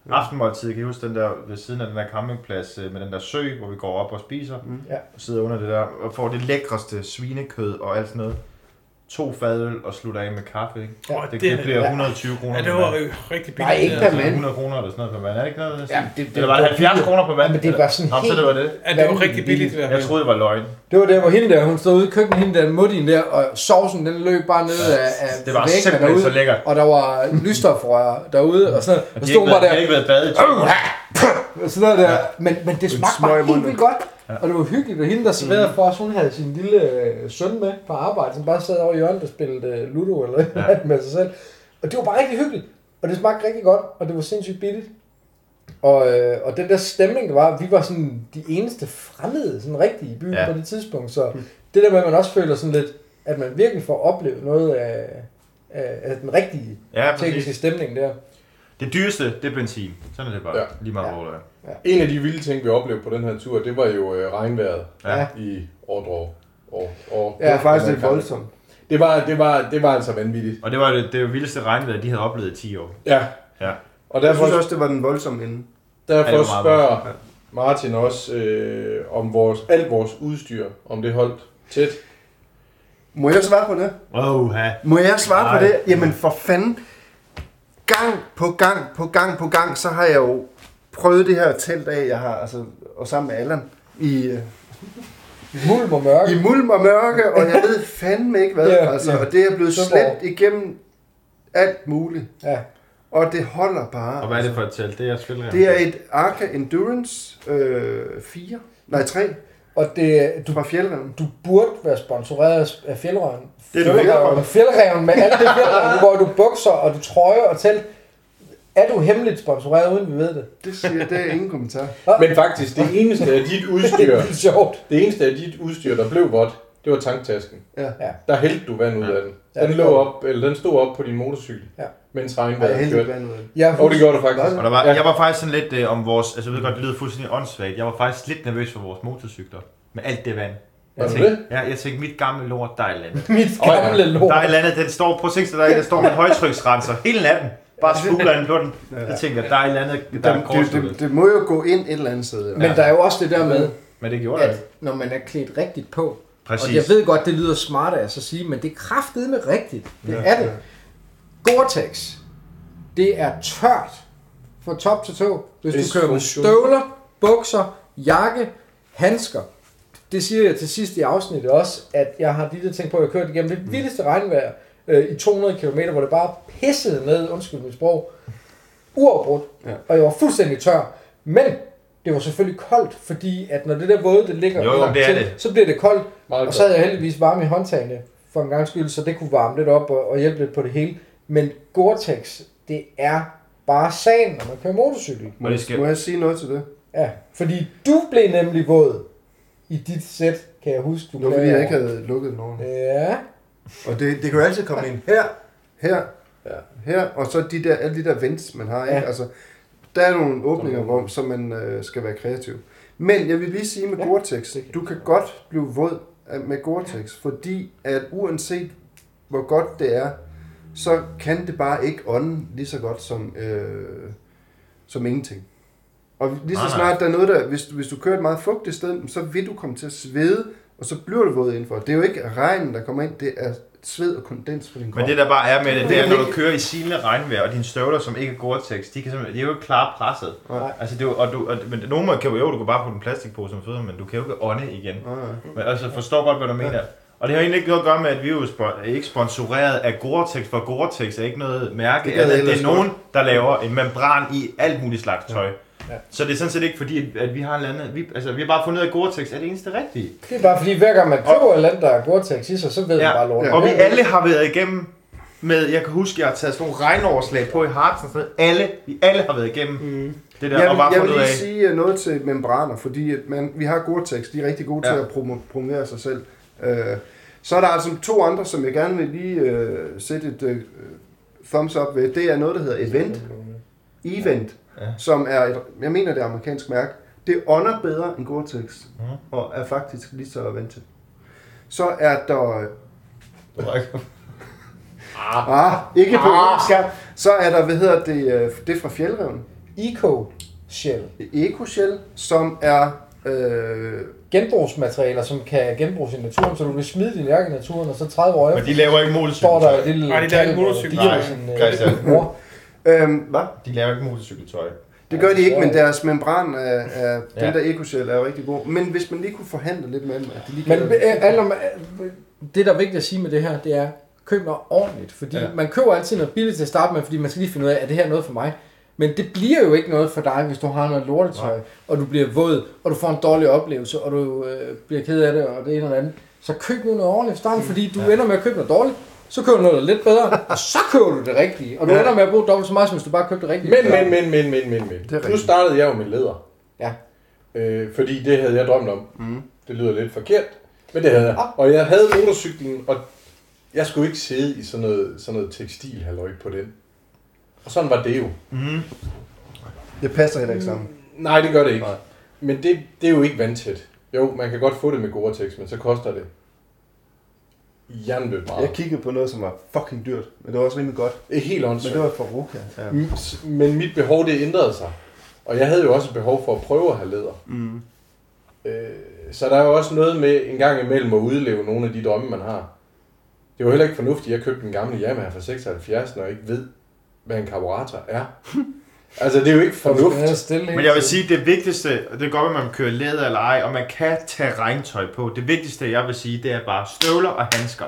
Aftenmåltid, kan I huske den der ved siden af den der campingplads øh, med den der sø, hvor vi går op og spiser,
Mm.
Ja.
og sidder under det der, og får det lækreste svinekød og alt sådan noget. To fadøl og slutter af med kaffe, ikke?
Ja,
Det, det,
det-
bliver
ja.
120 kroner.
Ja, det
per
var
mand.
jo rigtig
Nej,
billigt.
ikke
det
per
der.
mand.
100 kroner eller sådan noget per mand, er det ikke noget? der siger?
Ja, det,
Eller var det 70 kroner per mand?
Ja, men det var sådan
Nå, så
helt-
det var det.
Ja, det var rigtig billigt i hvert
Jeg
fald.
troede, det var løgn.
Det var der, hvor hende der, hun stod ude i køkkenet, hende der muddin der, og sovsen den løb bare ned af, af
Det var
væggene
simpelthen
derude,
så lækkert.
Og der var lysstofrør derude, og sådan
Og
noget. Og
de har
stod
ikke
hun bare
været, de har
der,
ikke været badet i to uger.
og sådan noget der. Men, men det smagte
smøg i
bare helt
munden.
vildt godt. Og det var hyggeligt, og hende der serverede for os, hun havde sin lille øh, søn med på arbejde, som bare sad over i hjørnet og spillede øh, Ludo eller noget ja. med sig selv. Og det var bare rigtig hyggeligt, og det smagte rigtig godt, og det var sindssygt billigt. Og, øh, og den der stemning, der var, vi var sådan de eneste fremmede, sådan rigtige i byen
Ja.
ja. på det tidspunkt. Så det der med, at man også føler sådan lidt, at man virkelig får oplevet noget af, af, af den rigtige
Ja, præcis.
tekniske stemning der.
Det dyreste, det er benzin. Sådan er det bare.
Ja.
Lige meget
Ja.
hvor det er.
En af de vilde ting, vi oplevede på den her tur, det var jo øh, regnvejret
Ja.
i Ordrov. Og, og,
Det var faktisk lidt voldsomt.
Det var, det, var, det var altså vanvittigt.
Og det var det, det vildeste regnvejr, de havde oplevet i 10 år.
Ja.
Ja.
Jeg
Og derfor,
synes også, det var den voldsomme ende.
Ja, det
derfor
var meget
spørger Martin også øh, om vores, alt vores udstyr, om det holdt tæt.
Må jeg svare på det?
Wow,
Må jeg svare
Nej.
på det? Jamen for fanden. Gang på gang på gang på gang, så har jeg jo prøvet det her telt af, jeg har, altså, og sammen med Allan, i, øh,
Mulm og mørke.
i mulm og mørke, og jeg ved fandme ikke hvad,
Ja,
altså,
ja.
og det er blevet
Så
slæbt igennem alt muligt,
Ja.
og det holder bare.
Og hvad er det for et telt? Det er selvfølgelig
Det er et Arca Endurance øh, 4, nej 3,
Og det,
du
du,
var fjellreven.
du burde være sponsoreret af Fjellreven.
Det er du
Fjellreven, Fjellreven med alt det fjellreven, hvor du bukser og du trøjer og telt. Er du hemmeligt sponsoreret, uden vi ved det?
Det siger, det er ingen kommentar.
Men faktisk, det eneste af dit
Det
udstyr,
er vildt sjovt.
det eneste af dit udstyr, der blev vådt, det var tanktasken.
Ja.
Ja.
Der hældte du vand ud af den.
Ja,
Den,
det
lå
gjorde
op, eller den stod op på din motorcykel,
Ja.
mens
Ej, jeg
regnvejret
hældte ikke
kørte.
vand ud af det.
Jeg
Og det gjorde du faktisk.
Og der var,
Ja.
jeg var faktisk sådan lidt øh, om vores, altså jeg ved godt, det lyder fuldstændig åndssvagt. Jeg var faktisk lidt nervøs for vores motorcykler. Med alt det vand.
Var
Jeg
du
tænkte,
det?
ja, jeg tænkte, mit gamle lort, der er et eller andet.
mit gamle lort.
Der er et eller andet, den står, prøv at se, så der, er en, der står med en højtryksrenser hele natten. Bare spuler den på den. Jeg tænkte, der er et eller andet, der er
det, det,
kortsluttet.
det, det må jo gå ind et eller andet sted.
Men der er jo også det der med,
Men det gjorde det.
at
ikke.
når man er klædt rigtigt på, og jeg
Præcis.
ved godt, det lyder smart af os at sige, men det er kraftedeme rigtigt. Det er det. Gore-Tex, det er tørt fra top til tå. Hvis
Det er
du kører med
funktion.
støvler, bukser, jakke, handsker. Det siger jeg til sidst i afsnittet også, at jeg har lige tænkt på, at jeg kørte igennem
Mm.
det vildeste regnvejr øh, i 200 km, hvor det bare pissede ned, undskyld mit sprog, uafbrudt, ja. og jeg var fuldstændig tør. Men det var selvfølgelig koldt, fordi at når det der våde, det ligger
Jo, jo,
under
det er
til,
det.
så bliver det koldt,
Meget
og så havde jeg heldigvis varme i håndtagene for en gang skyld, så det kunne varme lidt op og, og hjælpe lidt på det hele. Men Gore-Tex, det er bare sagen, når man kører motorcykel.
Må,
Og det skal-
må jeg sige noget til det?
Ja, fordi du blev nemlig våd i dit sæt, kan jeg huske. Du
Det var fordi, jeg ikke havde lukket nogen.
Ja,
Og det, det kan jo altid komme ind her, her,
Ja.
her, og så de der, alle de der vents, man har. Ikke?
Ja.
Altså, der er nogle åbninger, hvor som man øh, skal være kreativ. Men jeg vil lige sige med
Ja.
ja. Gore-Tex, du kan godt blive våd af- med Gore-Tex, fordi at uanset hvor godt det er, så kan det bare ikke ånde lige så godt som, øh, som ingenting. Og lige så
Nej, nej.
snart der er noget, der, hvis, hvis du kører et meget fugtigt sted, så vil du komme til at svede, og så bliver du våd indenfor. Det er jo ikke regnen, der kommer ind, det er sved og kondens fra din krop.
Men det der bare er med det, det
Det er
er, når du
ikke-
kører i silende regnvejr, og dine støvler, som ikke er Gore-Tex, de, kan simpelthen, de er jo ikke klare presset.
Nej.
Altså, det er jo, og du, og, men nogle måder kan jo, jo, du kan bare putte en plastikpose med fødderne, men du kan jo ikke ånde igen.
Nej.
Men altså, forstår godt, hvad du mener. Og det har egentlig ikke noget at gøre med, at vi er jo spo- ikke sponsoreret af Gore-Tex, for Gore-Tex er ikke noget mærke.
Det
Det,
gad jeg
altså, det
ellers
er nogen, der laver en membran i alt muligt slags tøj.
Ja.
Ja. Så det er sådan set ikke fordi, at- at vi har en eller anden... Vi, altså, vi har bare fundet ud af, at Gore-Tex er det eneste rigtige.
det er bare fordi, hver gang man køber et eller andet, der er Gore-Tex i sig, så ved man bare lort.
Og vi alle har været igennem med, jeg kan huske, jeg har taget sådan nogle regnoverslag på i Hartsen, sådan noget. alle, vi alle har været igennem mm. det der,
Jeg
og
vil,
bare
jeg vil
fundet ud
lige
af,
sige øh, noget til membraner, fordi at man, vi har Gore-Tex, de er rigtig gode ja.
Ja.
til at promo- promovere sig selv. Øh, så er der altså to andre, som jeg gerne vil lige øh, sætte et øh, thumbs up ved. Det er noget, der hedder Event. Event, ja.
Ja.
som er et, jeg mener det er amerikansk mærke. Det ånder bedre end Gore-Tex,
Mhm.
og er faktisk lige så vant til. Så er der... øh, Ah, ikke på ah. Så er der, hvad hedder det, øh, det er fra Fjellreven.
Eco Shell.
Ecoshell, som er... Øh,
Genbrugsmaterialer, som kan genbruges i naturen, så du vil smide din jakke i naturen, og så 30 år
men
efter,
de laver ikke
står der et
motorcykeltøj.
lille...
Nej, det er ikke motorcykel.
Nej,
Nej, Christian.
øh, mor.
øhm, hvad?
De laver ikke motorcykeltøj.
Det gør de ikke, men deres membran af, af
Ja.
ja. den der Ecoshell er jo rigtig god. Men hvis man lige kunne forhandle lidt med dem, at de lige
Men
kan...
øh, alt om, øh, det, der er vigtigt at sige med det her, det er, køb noget ordentligt. Fordi ja.
Ja.
man køber altid noget billigt til at starte med, fordi man skal lige finde ud af, er det her noget for mig? Men det bliver jo ikke noget for dig, hvis du har noget lortetøj, Nej. og du bliver våd, og du får en dårlig oplevelse, og du øh, bliver ked af det, og det ene og det andet. Så køb nu noget ordentligt start, fordi du ja. ender med at købe noget dårligt, så køber du noget, der er lidt bedre, og så køber du det rigtige. Og du ja.
Ja.
ender med at bruge dobbelt så meget, som hvis du bare købte det rigtige.
Men, men, men, men, men, men,
Det er
men. Nu
rigtigt.
startede jeg jo med læder.
Ja.
Øh, fordi det havde jeg drømt om. Mm. Det lyder lidt forkert, men det havde jeg.
Ah.
Og jeg havde motorcyklen, og jeg skulle ikke sidde i sådan noget, sådan noget tekstil halløj på den. Og sådan var det jo.
Mm.
Det passer heller ikke sammen.
Nej, det gør det ikke. Nej. Men det, det er jo ikke vandtæt. Jo, man kan godt få det med Gore-Tex, men så koster det jernløb meget.
Jeg kiggede på noget, som var fucking dyrt, men det var også rimelig godt.
Ikke helt
Men
åndssvagt.
det var fra Roka. Ja.
M- s- Men mit behov, det ændrede sig. Og jeg havde jo også et behov for at prøve at have læder. Mm. Øh, så der er jo også noget med en gang imellem at udleve nogle af de drømme, man har. Det var heller ikke fornuftigt, at jeg købte en gamle Yamaha fra 76, når jeg ikke ved, hvad en karburator er. altså, det er jo ikke fornuftigt.
Men jeg vil sige, det vigtigste, og det er godt, at man kører læder eller ej, og man kan tage regntøj på. Det vigtigste, jeg vil sige, det er bare støvler og handsker.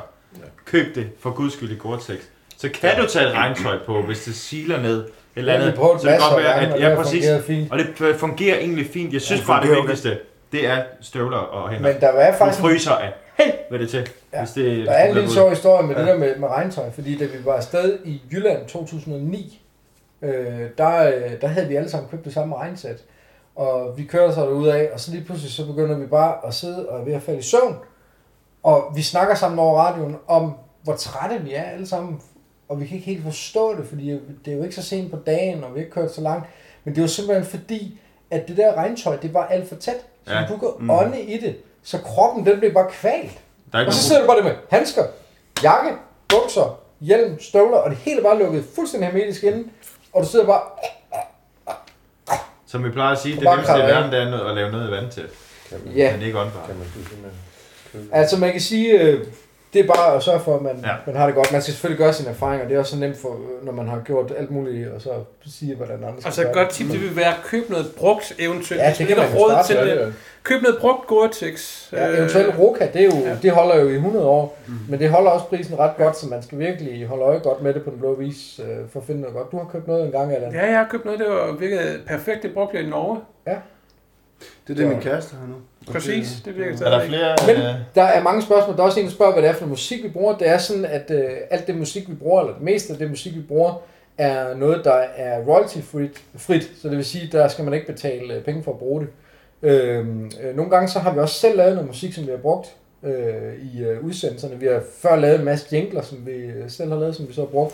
Køb det, for guds skyld i Gore-Tex. Så kan du tage et regntøj på, hvis det siler ned eller andet.
vi prøvede
så det
masser
kan godt
af
være,
gange, og
at,
det
ja,
har
præcis.
fungeret fint.
Og det øh, fungerer egentlig fint. Jeg synes
det
bare, det
fungerer okay.
vigtigste, det er støvler og hænder.
men der er
Du
faktisk en
fryser af helvede det til,
Ja.
ja. hvis det
Der er en
bliver
lille
våd.
sjov historie med ja. det der med, med regntøj, fordi da vi var afsted i Jylland 2009, øh, der, øh, der havde vi alle sammen købt det samme regnsæt. Og vi kørte så derude af, og så lige pludselig så begynder vi bare at sidde og er ved at falde i søvn. Og vi snakker sammen over radioen om, hvor trætte vi er alle sammen. Og vi kan ikke helt forstå det, fordi det er jo ikke så sent på dagen, og vi har ikke kørt så langt. Men det var simpelthen fordi, at det der regntøj, det var alt for tæt. Så
Ja.
du kunne mm. ånde i det. Så kroppen, den blev bare kvalt.
Der er ikke nogen-
Og så sidder du bare der med handsker, jakke, bukser, hjelm, støvler, og det hele er bare lukket fuldstændig hermetisk inden. Og du sidder bare...
Som vi plejer at sige, det
bare
nemmeste i
kravler
verden, det er noget- at lave noget i vand til.
Ja,
Men det er ikke åndbart.
Kan man blive ved med at købe det?
altså man kan sige, øh, det er bare at sørge for, at man, ja.
Ja.
man har det godt. Man skal selvfølgelig gøre sine erfaringer. Det er også så nemt, for, øh, når man har gjort alt muligt, og så sige, hvordan andre skal
Altså
gøre det.
et godt tip, det vil være at købe noget brugt eventuelt.
Ja,
Hvis
det kan
man ikke
man
har
jo
råd
starte
til
Ja,
det.
det er-
Køb noget brugt Gore-Tex.
Ja,
Øh,
eventuelt Roka, det, er jo,
ja.
det holder jo i 100 år, mm. men det holder også prisen ret godt, så man skal virkelig holde øje godt med det på den blå vis, øh, for at finde noget godt. Du har købt noget en gang eller andet.
Ja, jeg har købt noget, der var virkelig perfekt. Det brugte jeg i Norge.
Det er det, min kæreste har nu. Mm.
Præcis, det virker
Er der
stadig.
flere?
Men-
øh,
Der er mange spørgsmål. Der er også en, der spørger, hvad det er for noget musik, vi bruger. Det er sådan, at øh, alt det musik, vi bruger, eller det meste af det musik, vi bruger, er noget, der er royalty-frit, frit, så det vil sige, der skal man ikke betale øh, penge for at bruge det. Øhm, øh, nogle gange så har vi også selv lavet noget musik, som vi har brugt øh, i øh, udsendelserne. Vi har før lavet en masse jingler, som vi øh, selv har lavet, som vi så har brugt.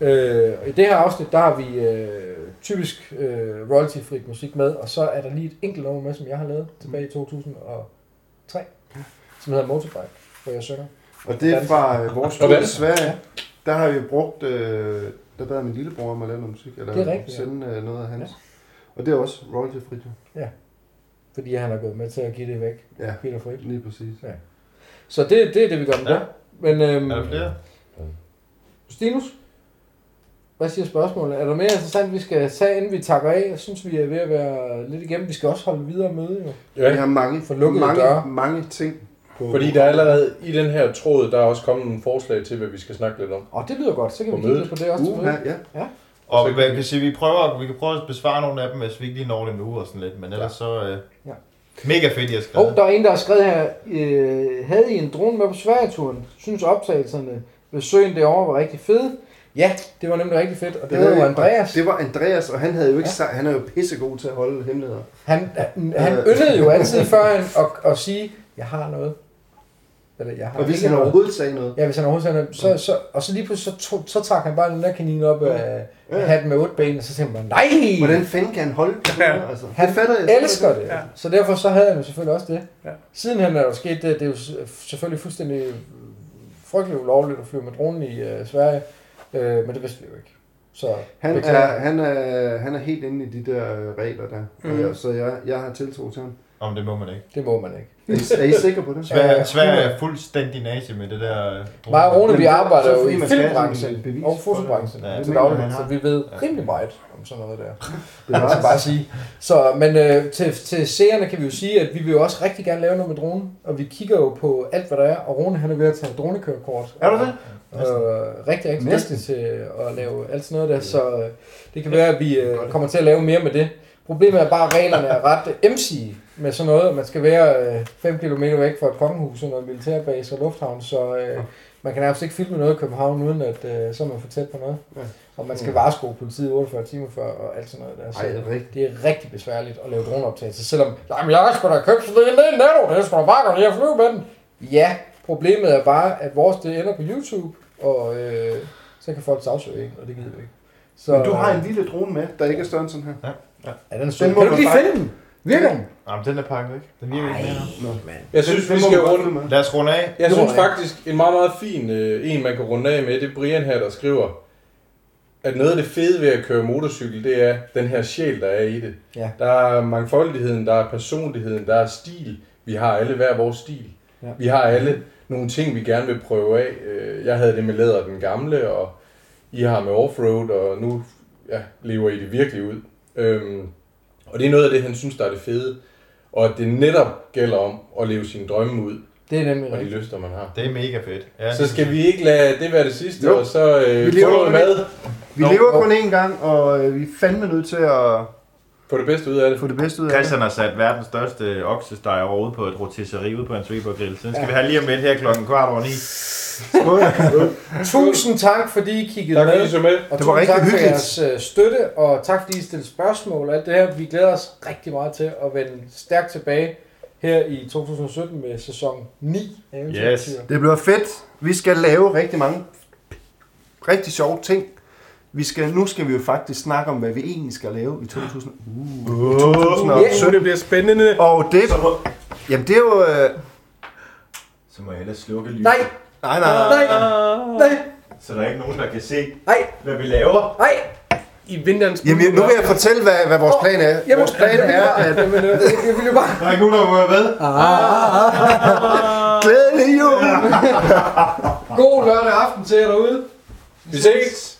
Øh, og I det her afsnit, der har vi øh, typisk øh, royalty-frit musik med, og så er der lige et enkelt nummer med, som jeg har lavet tilbage i 2003, som hedder Motorbike, hvor jeg synger.
Og det er fra øh, vores tur
Hvordan?
til Sverige. Der har vi brugt, øh, der bad min lillebror om at lave noget musik, eller
Det er rigtigt, ja.
sende øh, noget af hans.
Ja.
Og det er også royalty frit jo.
Fordi han har gået med til at give det væk,
Ja,
Peter Frit.
lige præcis.
Så det, det er det, vi gør med
Ja.
det. Men øhm,
Er der flere?
Stinus, hvad siger spørgsmålet? Er der mere interessant, vi skal tage, inden vi takker af? Jeg synes, vi er ved at være lidt igennem. Vi skal også holde videre møde, jo.
Ja.
Vi har mange,
For lukkede
mange,
døre.
mange ting på.
Fordi der er allerede i den her tråd, der er også kommet nogle forslag til, hvad vi skal snakke lidt om.
Og det lyder godt, så kan
På
vi kigge
mødet.
lidt på det også.
Uh,
Uh,
ja.
Og man kan sige, vi prøver, vi kan prøve at besvare nogle af dem, hvis vi ikke lige når det nu og sådan lidt, men ellers så... Øh,
Ja.
Mega fedt, jeg
og
skrev.
oh, der er en, der har skrevet her, øh, havde I en drone med på Sverige-turen? Synes optagelserne ved søen derovre var rigtig fede? Ja, det var nemlig rigtig fedt, og det, det var jo Andreas.
Det var Andreas, og han havde jo ikke
Ja.
ja. han er jo pissegod til at holde hemmeligheder.
Han, han, han
Øh.
yndede jo altid førhen at, at sige, jeg har noget. Eller jeg har
Og hvis
ikke
han
noget.
overhovedet sagde noget.
Ja, hvis han overhovedet sagde noget, så, så, og så lige pludselig, så, to, så trak han bare den der kanin op af
Ja.
ja. hatten med otte ben, og så tænkte man, nej,
Hvordan fanden kan han holde det? Ja. Altså,
Han
det fatter jeg slet
elsker det.
Ja.
Ja. Så derfor så havde han jo selvfølgelig også det.
Ja.
Sidenhen er der jo sket det, det er jo s- selvfølgelig fuldstændig frygteligt ulovligt at flyve med dronen i øh, Sverige, øh, men det vidste vi jo ikke. Så
ikke. Han
beklager.
er, han, er, han er helt inde i de der øh, regler der.
Mm.
Mhm.
Mm. Ja, så jeg, jeg har tiltro til ham.
Om det må man ikke.
det må man ikke.
Er I, er I sikre på det?
Sverige,
Oh. Ja,
Sverige er fuldstændig nazi med det der... øh, drone.
Mig og Rune,
Men
vi
det er
arbejder
så
jo
fordi,
i
man skal have
filmbranchen
et bevis
og
for det.
fotobranchen
Ja, det
til
mener
daglig,
han
så
har.
vi ved
Ja.
rimelig meget om sådan noget der.
Det
Det skal
var
jeg bare sige. Så, men øh, til, til seerne kan vi jo sige, at vi vil jo også rigtig gerne lave noget med dronen, og vi kigger jo på alt, hvad der er, og Rune han er ved at tage dronekørekort.
Er du det?
Øh, rigtig, rigtig
Næsten.
dygtig til at lave alt sådan noget der, så øh, det kan være, at vi øh, kommer til at lave mere med det. Problemet er bare, at reglerne er ret MC med sådan noget. Man skal være 5 km væk fra et kongehus og noget militærbase og lufthavn, så øh, man kan nærmest ikke filme noget i København, uden at øh, så er man for tæt på noget.
Ja.
Og man skal varsko politiet 48 timer før og alt sådan noget der. Så
Ej, rigtig.
det er rigtig besværligt at lave droneoptagelser, selvom Jamen, jeg har sgu da købt sådan en i netto, jeg skulle da bare godt lide at flyve med den. Ja, problemet er bare, at vores det ender på YouTube, og øh, så kan folk sagsøge en, og det gider vi ikke. Så,
Men du har en lille drone med, der ikke er større end sådan her.
Ja, den er sød.
Den må
Kan du ikke
man
lige
bare-
finde den? Virker den?
Jamen, den er pakket væk. Den virker ikke mere.
Jeg synes, vi skal runde
med.
Lad os runde af.
Jeg
Det
synes
runder jeg.
faktisk, en meget, meget fin øh, en, man kan runde af med, det er Brian her, der skriver, at noget af det fede ved at køre motorcykel, det er den her sjæl, der er i det.
Ja.
Der er mangfoldigheden, der er personligheden, der er stil. Vi har alle hver vores stil.
Ja.
Vi har alle nogle ting, vi gerne vil prøve af. Øh, Jeg havde det med læder den gamle, og I har med offroad, og nu ja, lever I det virkelig ud. Øhm, og det er noget af det, han synes, der er det fede. Og at det netop gælder om at leve sine drømme ud,
Det er nemlig
og de
rigtigt.
lyster, man har.
Det er mega fedt. Ja,
Så skal vi ikke lade det være det sidste,
Jo.
og så
Vi
øh, få
lever
noget
under
mad,
Vi
Nå,
lever
nå.
kun én gang, og øh, vi er fandme nødt til at
få det bedste ud af det.
få det bedste ud af det.
Christian har sat verdens største oksesteg overude på et rotisserie ude på en grill. Så den skal vi have lige om lidt her klokken kvart over ni.
Skål.
Tusind tak, fordi I kiggede
Tak fordi I
med.
så med.
Og
Det
tusind
var rigtig
tak for
hyggeligt.
jeres øh, støtte, og tak fordi I stillede spørgsmål og alt det her. Vi glæder os rigtig meget til at vende stærkt tilbage her i 2017 med sæson 9 af Eventyr.
Det bliver fedt. Vi skal lave rigtig mange rigtig sjove ting. Vi skal, nu skal vi jo faktisk snakke om, hvad vi egentlig skal lave i 2000, uh, i 2017.
Så det bliver spændende.
Og det, jamen det er jo... Øh,
Så må jeg hellere slukke lyset.
Nej,
nej, nej, nej.
nej, nej,
Så der er ikke nogen, der kan se,
nej,
hvad vi laver.
nej.
I vinterens
Jamen jeg- nu vil jeg fortælle, hvad, hvad vores plan er. Vores plan er, at
Jamen, øh, jeg vil jo bare...
Der er ikke nogen, der må være med.
glædelig jul!
God lørdag aften til jer derude.
Vi ses!